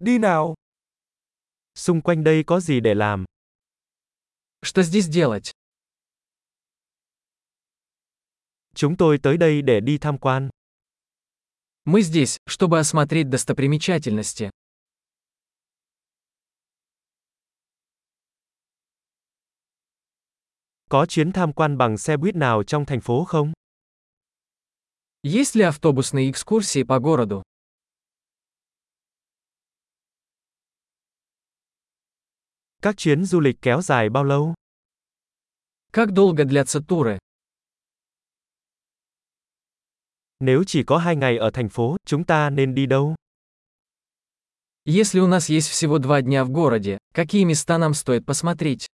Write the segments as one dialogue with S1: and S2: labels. S1: Đi nào.
S2: Xung quanh đây có gì để làm?
S3: Что здесь делать?
S2: Chúng tôi tới đây để đi tham quan.
S3: Мы здесь, чтобы осмотреть достопримечательности.
S2: Có chuyến tham quan bằng xe buýt nào trong thành phố không?
S3: Есть ли автобусные экскурсии по городу?
S2: Các chuyến du lịch kéo dài bao lâu?
S3: Как долго длятся туры?
S2: Nếu chỉ có 2 ngày ở thành phố, chúng ta nên đi đâu?
S3: Если у нас есть всего два дня в городе, какие места нам стоит посмотреть?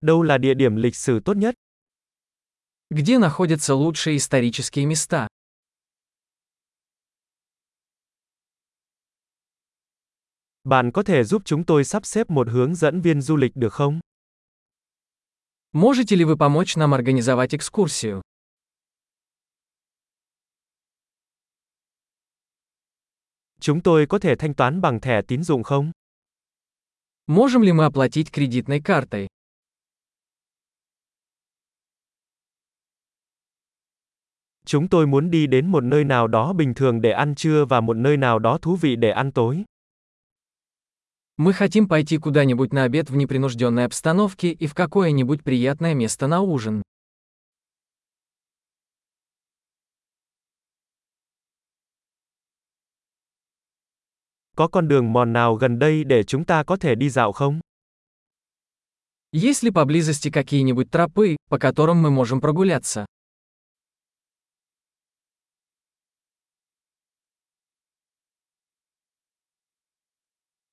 S2: Đâu là địa điểm lịch sử tốt nhất?
S3: Где находятся лучшие исторические места?
S2: Bạn có thể giúp chúng tôi sắp xếp một hướng dẫn viên du lịch được không?
S3: Можете ли вы помочь нам организовать экскурсию?
S2: Chúng tôi có thể thanh toán bằng thẻ tín dụng không?
S3: Можем ли мы оплатить кредитной картой?
S2: Chúng tôi muốn đi đến một nơi nào đó bình thường để ăn trưa và một nơi nào đó thú vị để ăn tối.
S3: Мы хотим пойти куда-нибудь на обед в непринужденной обстановке и в какое-нибудь приятное место на ужин.
S2: Có con đường mòn nào gần đây để chúng ta có thể đi dạo không?
S3: Есть ли поблизости какие-нибудь тропы, по которым мы можем прогуляться?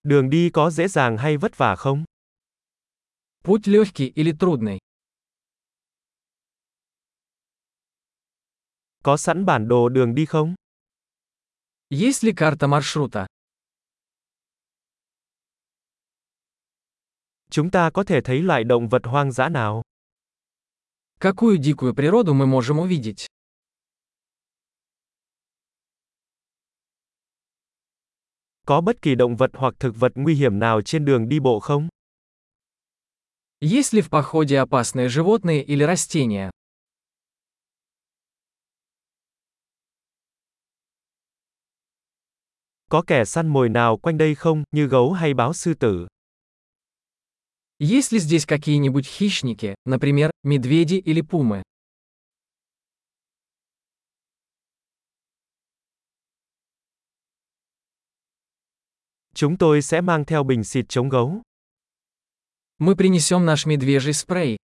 S2: Đường đi có dễ dàng hay vất vả không?
S3: Путь легкий или трудный?
S2: Có sẵn bản đồ đường đi không?
S3: Есть ли карта маршрута?
S2: Chúng ta có thể thấy loại động vật hoang dã nào?
S3: Какую дикую природу мы можем увидеть?
S2: Có bất kỳ động vật hoặc thực vật nguy hiểm nào trên đường đi bộ không?
S3: Есть ли в походе опасные животные или растения?
S2: Có kẻ săn mồi nào quanh đây không, như gấu hay báo sư tử?
S3: Есть ли здесь какие-нибудь хищники, например, медведи или пумы?
S2: Chúng tôi sẽ mang theo bình xịt chống gấu.
S3: Мы принесем наш медвежий спрей.